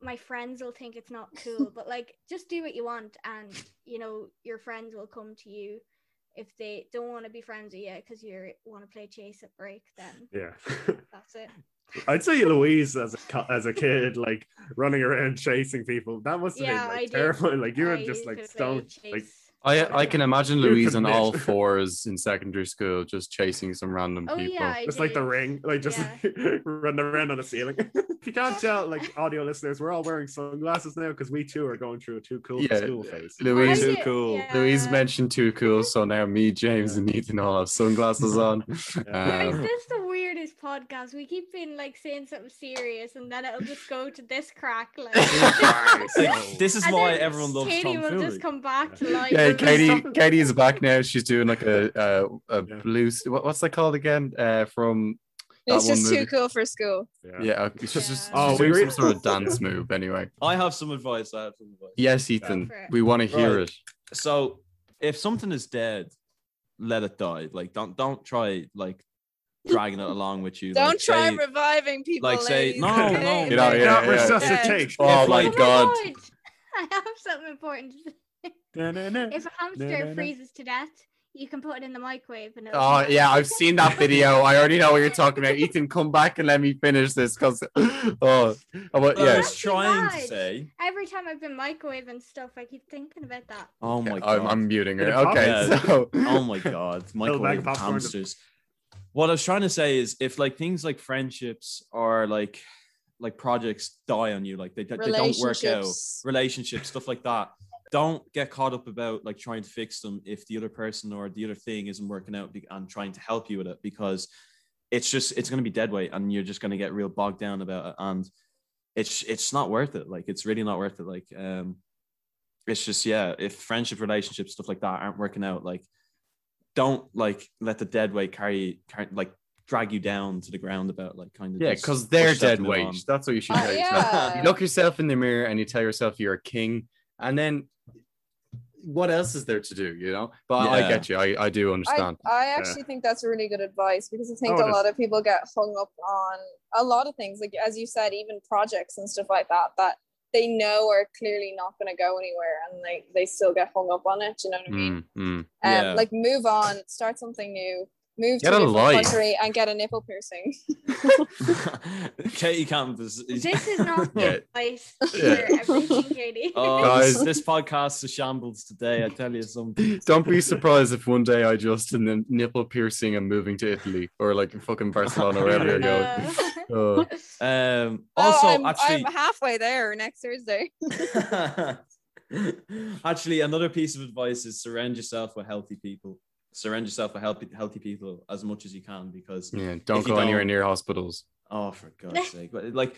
Speaker 6: my friends will think it's not cool, but like just do what you want, and you know, your friends will come to you if they don't want to be friends with you because you want to play chase at break. Then
Speaker 2: Yeah.
Speaker 6: that's it.
Speaker 2: I'd say Louise as a, co- as a kid, like running around chasing people, that must have
Speaker 6: Yeah,
Speaker 2: been
Speaker 6: I
Speaker 2: like,
Speaker 6: did.
Speaker 2: terrifying. Like you were
Speaker 6: I
Speaker 2: just
Speaker 6: used to
Speaker 2: like
Speaker 6: play
Speaker 2: stoned.
Speaker 6: chase.
Speaker 3: I I can imagine
Speaker 2: You
Speaker 3: Louise on
Speaker 2: commit.
Speaker 3: all fours in secondary school just chasing some random
Speaker 6: Oh
Speaker 3: people.
Speaker 6: yeah, I
Speaker 2: It's like the
Speaker 6: did.
Speaker 2: ring, like just running around on the ceiling. if you can't tell, like audio listeners, we're all wearing sunglasses now because we too are going through a too cool for
Speaker 3: Yeah.
Speaker 2: school phase.
Speaker 6: I
Speaker 3: Louise
Speaker 5: Too
Speaker 6: did,
Speaker 5: cool.
Speaker 3: Louise
Speaker 6: yeah.
Speaker 3: mentioned too cool, so now me, James, and Ethan all have sunglasses on.
Speaker 2: Yeah.
Speaker 6: Guys,
Speaker 3: Um,
Speaker 6: this is the weirdest podcast. We keep being like saying something serious, and then it'll just go to this crack. Like,
Speaker 5: Like, this is
Speaker 6: And
Speaker 5: why
Speaker 6: then
Speaker 5: everyone loves
Speaker 6: Katie
Speaker 5: Tom
Speaker 6: will
Speaker 5: Fury.
Speaker 6: just come back to life.
Speaker 3: yeah,
Speaker 6: and just
Speaker 3: Katie,
Speaker 6: stop-
Speaker 3: Katie is back now. She's doing like a a, a
Speaker 2: Yeah.
Speaker 3: blue. What, what's that called again? Uh, from That
Speaker 1: It's
Speaker 3: one
Speaker 1: just
Speaker 3: movie.
Speaker 1: too cool for school.
Speaker 2: Yeah.
Speaker 3: yeah, okay, it's just, just
Speaker 6: Yeah.
Speaker 2: Oh,
Speaker 3: she's
Speaker 2: we
Speaker 3: doing
Speaker 2: re-
Speaker 3: some sort of dance move. Anyway,
Speaker 5: I have some advice. I have some advice.
Speaker 3: yes, Ethan,
Speaker 6: for it.
Speaker 3: we want to hear
Speaker 5: Right.
Speaker 3: it.
Speaker 5: So if something is dead, let it die. Like don't don't try like dragging it along with you.
Speaker 1: Don't
Speaker 5: like,
Speaker 1: try
Speaker 5: say-
Speaker 1: reviving people.
Speaker 5: like, say,
Speaker 1: ladies,
Speaker 5: no,
Speaker 1: okay?
Speaker 5: no,
Speaker 3: You know,
Speaker 1: Like,
Speaker 3: yeah,
Speaker 2: Not
Speaker 3: yeah.
Speaker 2: resuscitate.
Speaker 3: Oh
Speaker 5: If,
Speaker 3: my
Speaker 5: like-
Speaker 6: Oh my
Speaker 3: god.
Speaker 6: God, I have something important. to say.
Speaker 2: Da-na-na.
Speaker 6: If a hamster
Speaker 2: Da-da-da.
Speaker 6: freezes to death, you can put it in the microwave and it'll
Speaker 3: Oh
Speaker 6: come
Speaker 3: yeah,
Speaker 6: out.
Speaker 3: I've seen that video. I already know what you're talking about. Ethan, come back and let me finish this because oh, about,
Speaker 5: I
Speaker 3: yeah,
Speaker 5: was trying to
Speaker 6: Right.
Speaker 5: say.
Speaker 6: Every time I've been microwaving stuff, I keep thinking about that.
Speaker 5: Oh my god.
Speaker 3: I'm, I'm muting her.
Speaker 2: Did it pop?
Speaker 3: Okay,
Speaker 5: Yeah.
Speaker 3: so
Speaker 5: oh my god microwave and
Speaker 2: popcorn.
Speaker 5: hamsters what i was trying to say is if like things like friendships or like like projects die on you like they, they don't work out
Speaker 1: relationships.
Speaker 5: relationships stuff like that don't get caught up about like trying to fix them if the other person or the other thing isn't working out be- and trying to help you with it because it's just it's going to be dead weight and you're just going to get real bogged down about it and it's it's not worth it like it's really not worth it like um it's just yeah if friendship relationships stuff like that aren't working out like don't like let the dead weight carry, carry like drag you down to the ground about like kind of
Speaker 3: yeah,
Speaker 5: just
Speaker 3: because they're
Speaker 5: push that
Speaker 3: dead
Speaker 5: move
Speaker 3: weight.
Speaker 5: on.
Speaker 3: That's what you should
Speaker 1: Uh,
Speaker 3: tell yourself.
Speaker 1: yeah.
Speaker 3: You look yourself in the mirror and you tell yourself you're a king, and then what else is there to do? You know. But I
Speaker 5: Yeah.
Speaker 3: get you. I, I do understand.
Speaker 1: I, I actually think that's really good advice because I think
Speaker 2: Oh, it
Speaker 1: a lot of people get hung up on a lot of things, like as you said, even projects and stuff like that that they know are clearly not going to go anywhere, and they they still get hung up on it. Do you know what I mean?
Speaker 3: Mm, mm.
Speaker 1: Um,
Speaker 5: Yeah.
Speaker 1: like move on, start something new, move
Speaker 3: Get
Speaker 1: to
Speaker 3: a
Speaker 1: a different
Speaker 3: life.
Speaker 1: country, and get a nipple piercing.
Speaker 5: Katie Campbell.
Speaker 6: This is not
Speaker 3: Yeah.
Speaker 6: the place for
Speaker 3: Yeah.
Speaker 6: everything, Katie.
Speaker 5: Oh,
Speaker 3: Guys.
Speaker 5: this, this podcast is shambles today. I tell you something.
Speaker 3: Don't be surprised if one day I just and then nipple piercing and moving to Italy or like fucking Barcelona or wherever you're going.
Speaker 6: Uh,
Speaker 3: Oh.
Speaker 5: Um,
Speaker 1: oh,
Speaker 5: also,
Speaker 1: I'm,
Speaker 5: actually,
Speaker 1: I'm halfway there next Thursday.
Speaker 5: actually, another piece of advice is surround yourself with healthy people. Surround yourself with healthy healthy people as much as you can because
Speaker 3: Yeah, don't
Speaker 5: If you
Speaker 3: go anywhere
Speaker 5: don't-
Speaker 3: near hospitals.
Speaker 5: Oh, for God's sake! But, Like,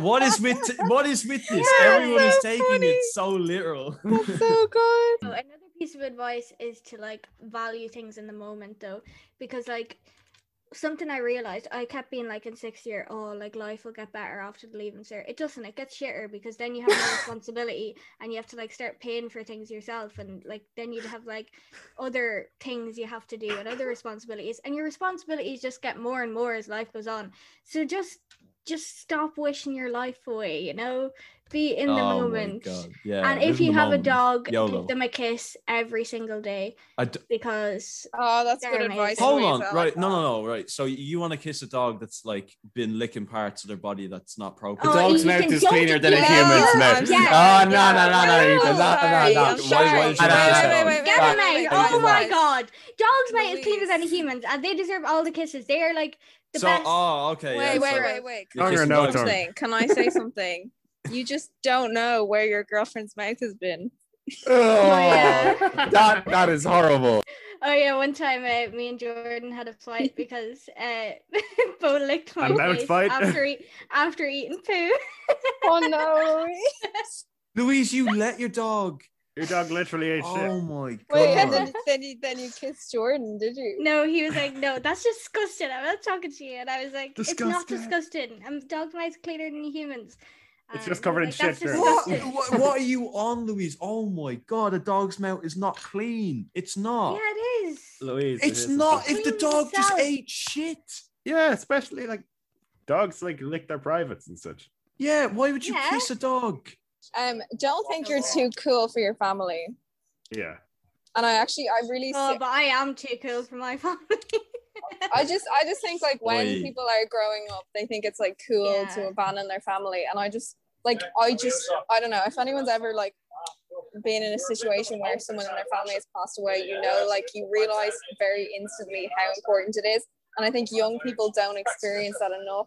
Speaker 5: what is with what is with this?
Speaker 1: Yeah,
Speaker 5: Everyone is
Speaker 1: so
Speaker 5: taking
Speaker 1: funny.
Speaker 5: it so literal.
Speaker 1: That's so good.
Speaker 6: Oh, another piece of advice is to like value things in the moment though, because like something I realized I kept being like in sixth year, oh, like life will get better after the leaving cert. It doesn't. It gets shitter because then you have no responsibility and you have to like start paying for things yourself, and like then you'd have like other things you have to do and other responsibilities, and your responsibilities just get more and more as life goes on. So just just stop wishing your life away. You know, be in the
Speaker 5: Oh my
Speaker 6: moment.
Speaker 5: God, Yeah.
Speaker 6: And
Speaker 5: live
Speaker 6: if
Speaker 5: in
Speaker 6: you
Speaker 5: the
Speaker 6: have
Speaker 5: moment.
Speaker 6: a dog,
Speaker 5: YOLO.
Speaker 6: give them a kiss every single day
Speaker 5: I d-
Speaker 6: because
Speaker 1: Oh, that's
Speaker 6: They're
Speaker 1: good advice.
Speaker 6: amazing.
Speaker 5: Hold
Speaker 1: Louise.
Speaker 5: on,
Speaker 1: I like
Speaker 5: right? No,
Speaker 1: that.
Speaker 5: no, no, right. So you want to kiss a dog that's like been licking parts of their body that's not
Speaker 3: The
Speaker 5: proper.
Speaker 6: Oh,
Speaker 3: dog's
Speaker 6: Ethan,
Speaker 3: mouth is
Speaker 6: don't
Speaker 3: cleaner
Speaker 6: do
Speaker 3: than a
Speaker 6: that.
Speaker 3: human's mouth.
Speaker 6: Yeah,
Speaker 3: Oh, no,
Speaker 1: yeah.
Speaker 3: no, no, no,
Speaker 1: No,
Speaker 3: Ethan. No,
Speaker 1: sorry,
Speaker 3: no,
Speaker 1: I'm
Speaker 3: no.
Speaker 1: sorry.
Speaker 3: Why- why should I kiss
Speaker 1: Wait, wait, wait,
Speaker 3: that?
Speaker 1: wait,
Speaker 6: Get
Speaker 1: wait,
Speaker 6: them out.
Speaker 1: wait,
Speaker 3: wait,
Speaker 6: Oh
Speaker 3: wait.
Speaker 6: my god. Dogs' mouth is cleaner than a
Speaker 1: Louise.
Speaker 6: human's and they deserve all the kisses. They are like the
Speaker 5: so,
Speaker 6: best.
Speaker 5: oh, okay.
Speaker 1: Wait,
Speaker 5: yeah,
Speaker 1: wait,
Speaker 5: so
Speaker 6: sorry.
Speaker 1: wait, wait.
Speaker 5: you're
Speaker 2: Tongue or
Speaker 5: kissing
Speaker 2: no
Speaker 5: dogs.
Speaker 2: tongue?
Speaker 1: Something. Can I say something? You just don't know where your girlfriend's mouth has been.
Speaker 3: Oh, that, that is horrible.
Speaker 6: Oh yeah, one time uh, me and Jordan had a fight because uh Bo licked my
Speaker 2: A mouth
Speaker 6: face
Speaker 2: fight?
Speaker 6: after eat, after eating poo.
Speaker 1: Oh no!
Speaker 5: Louise, you let your dog.
Speaker 2: Your dog literally ate
Speaker 5: Oh my god.
Speaker 1: Wait, and then, then you then you kissed Jordan, did you?
Speaker 6: No, he was like, No, that's disgusting. I'm not talking to you. And I was like, It's not
Speaker 5: Disgusting.
Speaker 6: disgusting. Um dog mouth's cleaner than humans. And
Speaker 2: It's just
Speaker 6: he was
Speaker 2: covered in
Speaker 6: like, "That's
Speaker 2: shit, girl."
Speaker 5: what,
Speaker 6: disgusting."
Speaker 5: what, what are you on, Louise? Oh my god, a dog's mouth is not clean. It's not.
Speaker 6: Yeah, it is.
Speaker 2: shit. Louise,
Speaker 5: it's
Speaker 2: it is-
Speaker 5: not. If the
Speaker 6: Clean
Speaker 5: dog just
Speaker 6: yourself.
Speaker 5: ate shit.
Speaker 2: Yeah, especially like dogs like lick their privates and such.
Speaker 5: Yeah, why would you
Speaker 6: Yeah.
Speaker 5: kiss a dog?
Speaker 1: Um, don't think you're too cool for your family.
Speaker 2: Yeah.
Speaker 1: And I actually, I really,
Speaker 6: Oh,
Speaker 1: si-
Speaker 6: but I am too cool for my family.
Speaker 1: I just, I just think like when
Speaker 5: Oi.
Speaker 1: people are growing up, they think it's like cool
Speaker 6: Yeah.
Speaker 1: to abandon their family, and I just like, I just, I don't know if anyone's ever like being in a situation where someone in their family has passed away, you know, like you realize very instantly how important it is. And I think young people don't experience that enough.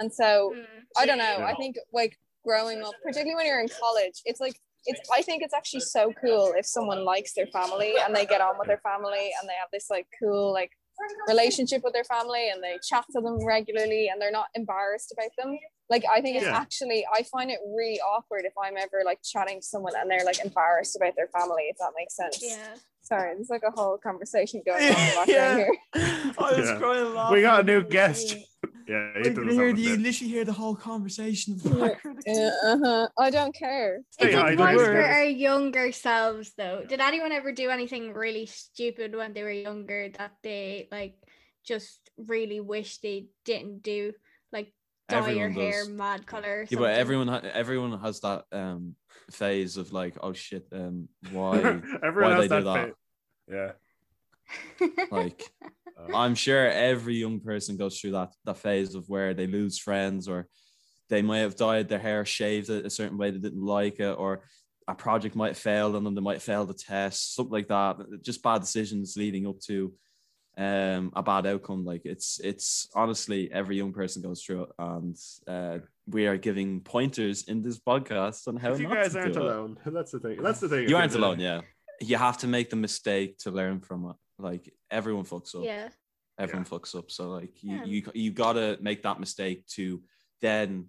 Speaker 1: And so
Speaker 6: Mm.
Speaker 1: I don't know. I think like growing up, particularly when you're in college, it's like it's. I think it's actually so cool if someone likes their family and they get on with their family and they have this like cool like relationship with their family and they chat to them regularly and they're not embarrassed about them. Like I think it's
Speaker 2: Yeah.
Speaker 1: actually I find it really awkward if I'm ever like chatting to someone and they're like embarrassed about their family. If that makes sense.
Speaker 6: Yeah.
Speaker 1: Sorry, there's like a whole conversation going on in the background
Speaker 5: Yeah.
Speaker 1: here.
Speaker 5: I was
Speaker 2: Yeah.
Speaker 5: crying laughing.
Speaker 2: We got a new guest. Yeah,
Speaker 5: I
Speaker 2: Ethan
Speaker 5: can
Speaker 2: was
Speaker 5: hear
Speaker 2: having a
Speaker 5: you
Speaker 2: bit.
Speaker 5: literally hear the whole conversation. of
Speaker 1: Yeah.
Speaker 5: the
Speaker 6: uh,
Speaker 1: Yeah, uh-huh. I don't care.
Speaker 2: Hey,
Speaker 6: It's
Speaker 2: I
Speaker 6: advice
Speaker 2: don't
Speaker 6: for
Speaker 2: care.
Speaker 6: our younger selves, though. Did anyone ever do anything really stupid when they were younger that they like just really wish they didn't do? Like dye your
Speaker 5: Everyone
Speaker 6: hair
Speaker 5: does.
Speaker 6: mad color.
Speaker 5: Yeah, but everyone ha- everyone has that um phase of like, oh shit, um, why?
Speaker 2: Everyone
Speaker 5: why
Speaker 2: has
Speaker 5: they
Speaker 2: that.
Speaker 5: do that?
Speaker 2: fa- Yeah.
Speaker 5: like,
Speaker 2: Uh,
Speaker 5: I'm sure every young person goes through that that phase of where they lose friends or they might have dyed their hair shaved it a certain way they didn't like it or a project might fail and then they might fail the test something like that just bad decisions leading up to um a bad outcome like it's it's honestly every young person goes through it and uh we are giving pointers in this podcast on how
Speaker 2: if you
Speaker 5: not
Speaker 2: guys
Speaker 5: to
Speaker 2: aren't
Speaker 5: do it.
Speaker 2: alone, that's the thing. That's the thing.
Speaker 5: you aren't alone yeah you have to make the mistake to learn from it like everyone fucks up
Speaker 6: yeah.
Speaker 5: everyone fucks up. So like you
Speaker 6: Yeah.
Speaker 5: you you gotta make that mistake to then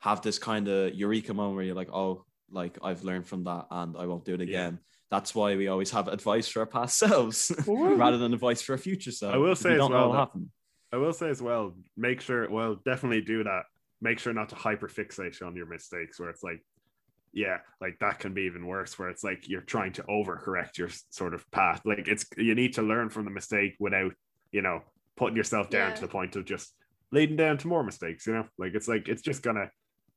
Speaker 5: have this kind of eureka moment where you're like, oh, like I've learned from that and I won't do it
Speaker 2: Yeah.
Speaker 5: again. That's why we always have advice for our past selves rather than advice for our future self.
Speaker 2: I will
Speaker 5: because
Speaker 2: say
Speaker 5: we
Speaker 2: as
Speaker 5: don't
Speaker 2: well
Speaker 5: know what
Speaker 2: that-
Speaker 5: happened.
Speaker 2: I will say as well, make sure, well, definitely do that. Make sure not to hyperfixate on your mistakes where it's like, yeah, like that can be even worse, where it's like you're trying to overcorrect your s- sort of path. Like it's, you need to learn from the mistake without, you know, putting yourself down
Speaker 6: Yeah.
Speaker 2: to the point of just leading down to more mistakes, you know? Like it's like, it's just gonna,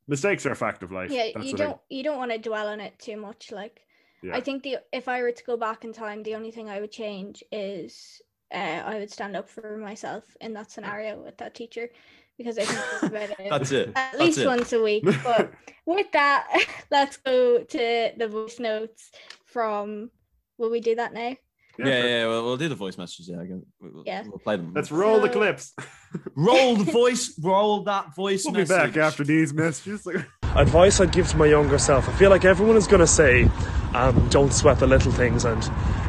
Speaker 2: mistakes are a fact of life.
Speaker 6: Yeah,
Speaker 2: That's
Speaker 6: you
Speaker 2: the thing.
Speaker 6: don't you don't want to dwell on it too much. Like
Speaker 2: Yeah.
Speaker 6: I think the if I were to go back in time, the only thing I would change is uh, I would stand up for myself in that scenario with that teacher because I think about it
Speaker 5: That's it.
Speaker 6: at
Speaker 5: That's
Speaker 6: least
Speaker 5: it.
Speaker 6: once a week. But with that, let's go to the voice notes from. Will we do that now?
Speaker 5: Yeah, yeah, yeah, We'll, we'll do the voice messages. Yeah, again. We'll,
Speaker 6: Yeah.
Speaker 5: we'll play them.
Speaker 2: Let's roll the
Speaker 6: So-
Speaker 2: clips.
Speaker 5: roll the voice. Roll that voice.
Speaker 2: We'll be
Speaker 5: message.
Speaker 2: back after these messages.
Speaker 7: advice I'd give to my younger self. I feel like everyone is going to say, um, don't sweat the little things and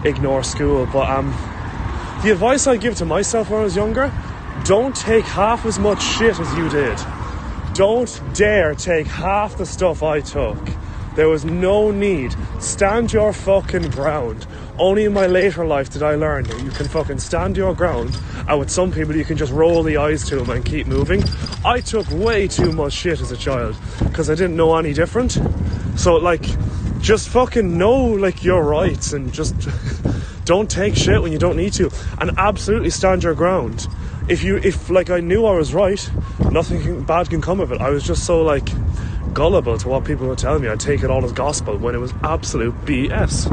Speaker 7: ignore school. But um, the advice I'd give to myself when I was younger don't take half as much shit as you did. Don't dare take half the stuff I took. There was no need. Stand your fucking ground. Only in my later life did I learn that you can fucking stand your ground, and with some people you can just roll the eyes to them and keep moving. I took way too much shit as a child because I didn't know any different. So like, just fucking know like your rights and just don't take shit when you don't need to, and absolutely stand your ground. If you if like I knew I was right, nothing can, bad can come of it. I was just so like gullible to what people were telling me. I'd take it all as gospel when it was absolute BS.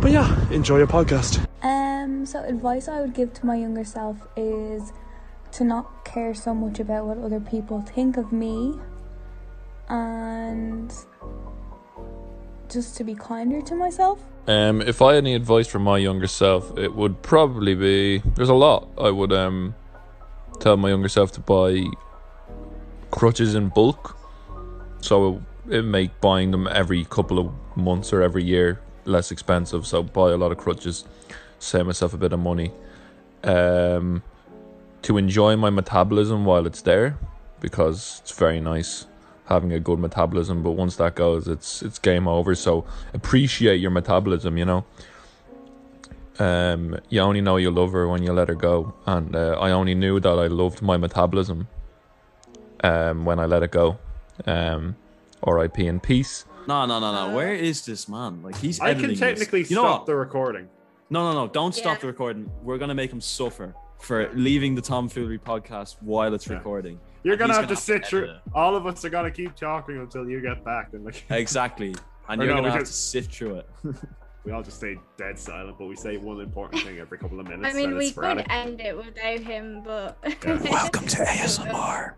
Speaker 7: But yeah, enjoy your podcast.
Speaker 8: Um, so advice I would give to my younger self is to not care so much about what other people think of me and just to be kinder to myself.
Speaker 9: Um, if I had any advice for my younger self, it would probably be there's a lot I would um tell my younger self to buy crutches in bulk, so it it'd make buying them every couple of months or every year less expensive. So buy a lot of crutches, save myself a bit of money, um, to enjoy my metabolism while it's there, because it's very nice having a good metabolism. But once that goes, it's it's game over. So appreciate your metabolism, you know. Um, you only know you love her when you let her go, and uh, I only knew that I loved my metabolism um, when I let it go. Um, R.I.P. in peace.
Speaker 5: No, no, no, no. Where is this man? Like he's.
Speaker 2: Uh, I can
Speaker 5: editing this.
Speaker 2: technically
Speaker 5: You know
Speaker 2: stop
Speaker 5: what?
Speaker 2: the recording.
Speaker 5: No, no, no. Don't
Speaker 6: Yeah.
Speaker 5: stop the recording. We're going to make him suffer for leaving the Tomfoolery podcast while it's
Speaker 2: Yeah.
Speaker 5: recording.
Speaker 2: You're
Speaker 5: And
Speaker 2: gonna
Speaker 5: he's
Speaker 2: have to sit
Speaker 5: edit
Speaker 2: through. All of us are gonna keep talking until you get back, and like
Speaker 5: it. Exactly. And
Speaker 2: Or
Speaker 5: you're
Speaker 2: no,
Speaker 5: going
Speaker 2: we
Speaker 5: to have
Speaker 2: could-
Speaker 5: to sift through it.
Speaker 2: we all just stay dead silent, but we say one important thing every couple of minutes.
Speaker 6: I mean,
Speaker 2: and
Speaker 6: we
Speaker 2: it's sporadic.
Speaker 6: could end it without him, but
Speaker 2: Yeah.
Speaker 6: welcome to ASMR.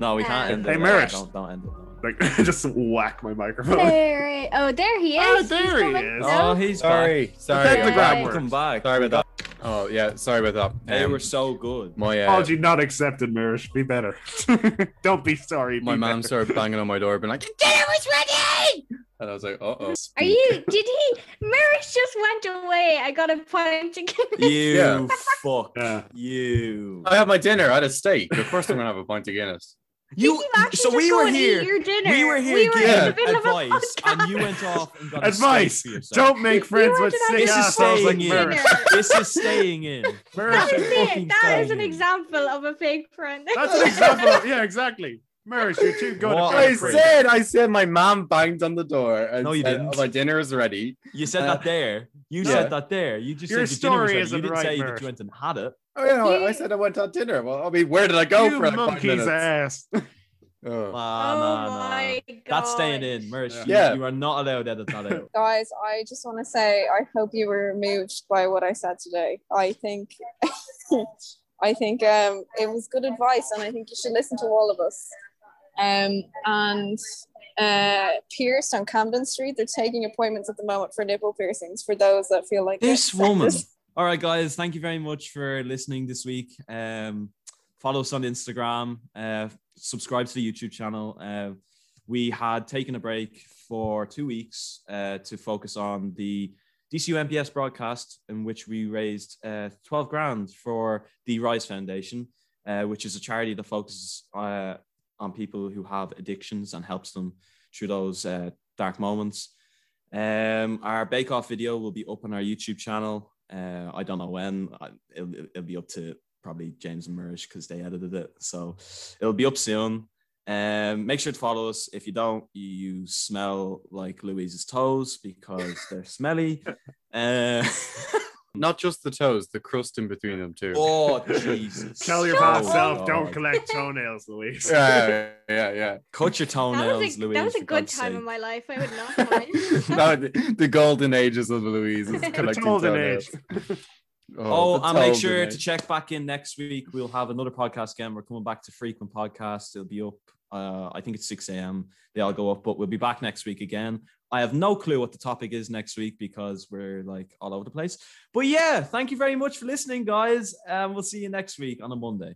Speaker 5: No, we can't
Speaker 6: Um,
Speaker 5: end
Speaker 2: Hey,
Speaker 5: it. like,
Speaker 2: Merrick.
Speaker 5: Don't, don't end it. don't end it.
Speaker 2: Like, just whack my microphone.
Speaker 6: There, oh, there he is.
Speaker 2: Oh,
Speaker 6: He's
Speaker 2: there he
Speaker 6: coming
Speaker 2: is.
Speaker 5: Oh,
Speaker 6: down.
Speaker 5: he's back.
Speaker 3: Sorry, sorry,
Speaker 2: That's
Speaker 6: the grab
Speaker 5: Welcome back.
Speaker 3: sorry about that. Oh yeah, sorry about that.
Speaker 5: They
Speaker 3: Um,
Speaker 5: were so good.
Speaker 3: my uh,
Speaker 2: Apology not accepted, Mirish. Be better. Don't be sorry.
Speaker 3: my
Speaker 2: be
Speaker 3: mom
Speaker 2: better.
Speaker 3: started banging on my door, being like,
Speaker 6: Dinner was ready.
Speaker 3: and I was like, uh oh.
Speaker 6: Are you? Did he? Marish just went away. I got a point again.
Speaker 5: You
Speaker 3: Yeah.
Speaker 5: fuck.
Speaker 2: Yeah.
Speaker 5: You.
Speaker 3: I had my dinner. I had a steak. Of course, I'm gonna have a pint of Guinness.
Speaker 5: You.
Speaker 6: Did you actually
Speaker 5: So
Speaker 6: just
Speaker 5: we
Speaker 6: go
Speaker 5: were
Speaker 6: and eat
Speaker 5: here.
Speaker 6: Your dinner.
Speaker 5: We were here
Speaker 6: in
Speaker 5: giving
Speaker 6: the middle of a
Speaker 5: advice,
Speaker 6: podcast.
Speaker 5: and you went off and got a
Speaker 2: Advice.
Speaker 5: steak for yourself.
Speaker 2: Don't make friends
Speaker 6: You
Speaker 2: with
Speaker 6: wanted
Speaker 2: sick
Speaker 5: to have
Speaker 2: assholes like
Speaker 5: dinner.
Speaker 2: Mirish.
Speaker 5: This is staying in.
Speaker 6: That
Speaker 2: Mirish
Speaker 6: is
Speaker 2: you're fucking
Speaker 6: it. That is an
Speaker 5: faggot.
Speaker 6: example of a fake friend.
Speaker 2: That's an example. Of, yeah, exactly. Mirish, you're too good.
Speaker 5: What
Speaker 2: At
Speaker 3: I
Speaker 2: being friends.
Speaker 3: said, I said, my mom banged on the door. And
Speaker 5: No, you
Speaker 3: said,
Speaker 5: didn't.
Speaker 3: "Oh, my dinner is ready.
Speaker 5: You said
Speaker 3: Uh,
Speaker 5: that there. You
Speaker 3: yeah.
Speaker 5: said that there. You just
Speaker 2: Your
Speaker 5: said your dinner
Speaker 2: story
Speaker 5: was ready.
Speaker 2: isn't
Speaker 5: You didn't
Speaker 2: right,
Speaker 5: say that
Speaker 2: Mersh.
Speaker 5: you went and had it.
Speaker 3: Oh yeah, I- I
Speaker 6: You-
Speaker 3: said I went on dinner. Well, I mean, where did I go
Speaker 2: you
Speaker 3: for like five
Speaker 2: monkey's
Speaker 3: minutes?
Speaker 2: ass.
Speaker 3: Oh.
Speaker 5: Nah, nah, nah.
Speaker 6: god.
Speaker 5: That's staying in, Mersh. You-
Speaker 3: Yeah.
Speaker 5: You, are not allowed to edit that out.
Speaker 1: Guys, I just want to say I hope you were moved by what I said today. I think I think um, it was good advice, and I think you should listen to all of us. Um, and uh, Pierce on Camden Street, they're taking appointments at the moment for nipple piercings for those that feel like
Speaker 5: This
Speaker 1: it.
Speaker 5: woman. All right, guys. Thank you very much for listening this week. Um, follow us on Instagram. Uh, subscribe to the YouTube channel. Uh, we had taken a break for two weeks uh, to focus on the DCU MPS broadcast, in which we raised uh, 12 grand for the Rise Foundation, uh, which is a charity that focuses uh, on people who have addictions and helps them through those uh, dark moments. Um, our Bake Off video will be up on our YouTube channel. Uh, I don't know when. I, it'll, it'll be up to probably James and Murish because they edited it. So it'll be up soon. Um, make sure to follow us. If you don't, you smell like Louise's toes because they're smelly. Uh,
Speaker 3: Not just the toes, the crust in between them too.
Speaker 5: oh, Jesus.
Speaker 2: Tell your
Speaker 6: Shut
Speaker 2: bad
Speaker 6: up.
Speaker 2: self,
Speaker 5: Oh,
Speaker 2: don't collect toenails, Louise.
Speaker 3: Yeah, yeah, yeah.
Speaker 5: Cut your
Speaker 6: That
Speaker 5: toenails,
Speaker 6: was a,
Speaker 5: Louise.
Speaker 6: that was a
Speaker 5: for
Speaker 6: good
Speaker 5: God's
Speaker 6: time
Speaker 5: sake.
Speaker 6: in my life. I would not mind.
Speaker 3: no, the, the golden ages of Louise is
Speaker 2: The
Speaker 3: collecting
Speaker 2: golden
Speaker 3: toenails.
Speaker 2: age.
Speaker 5: Oh,
Speaker 3: the
Speaker 5: and make
Speaker 3: golden
Speaker 5: sure
Speaker 3: age.
Speaker 5: to check back in next week. We'll have another podcast again. We're coming back to frequent podcasts. It'll be up. Uh, I think it's 6 a.m. They all go up, but we'll be back next week again. I have no clue what the topic is next week because we're like Um, all over the place. But yeah, thank you very much for listening, guys. And we'll see you next week on a Monday.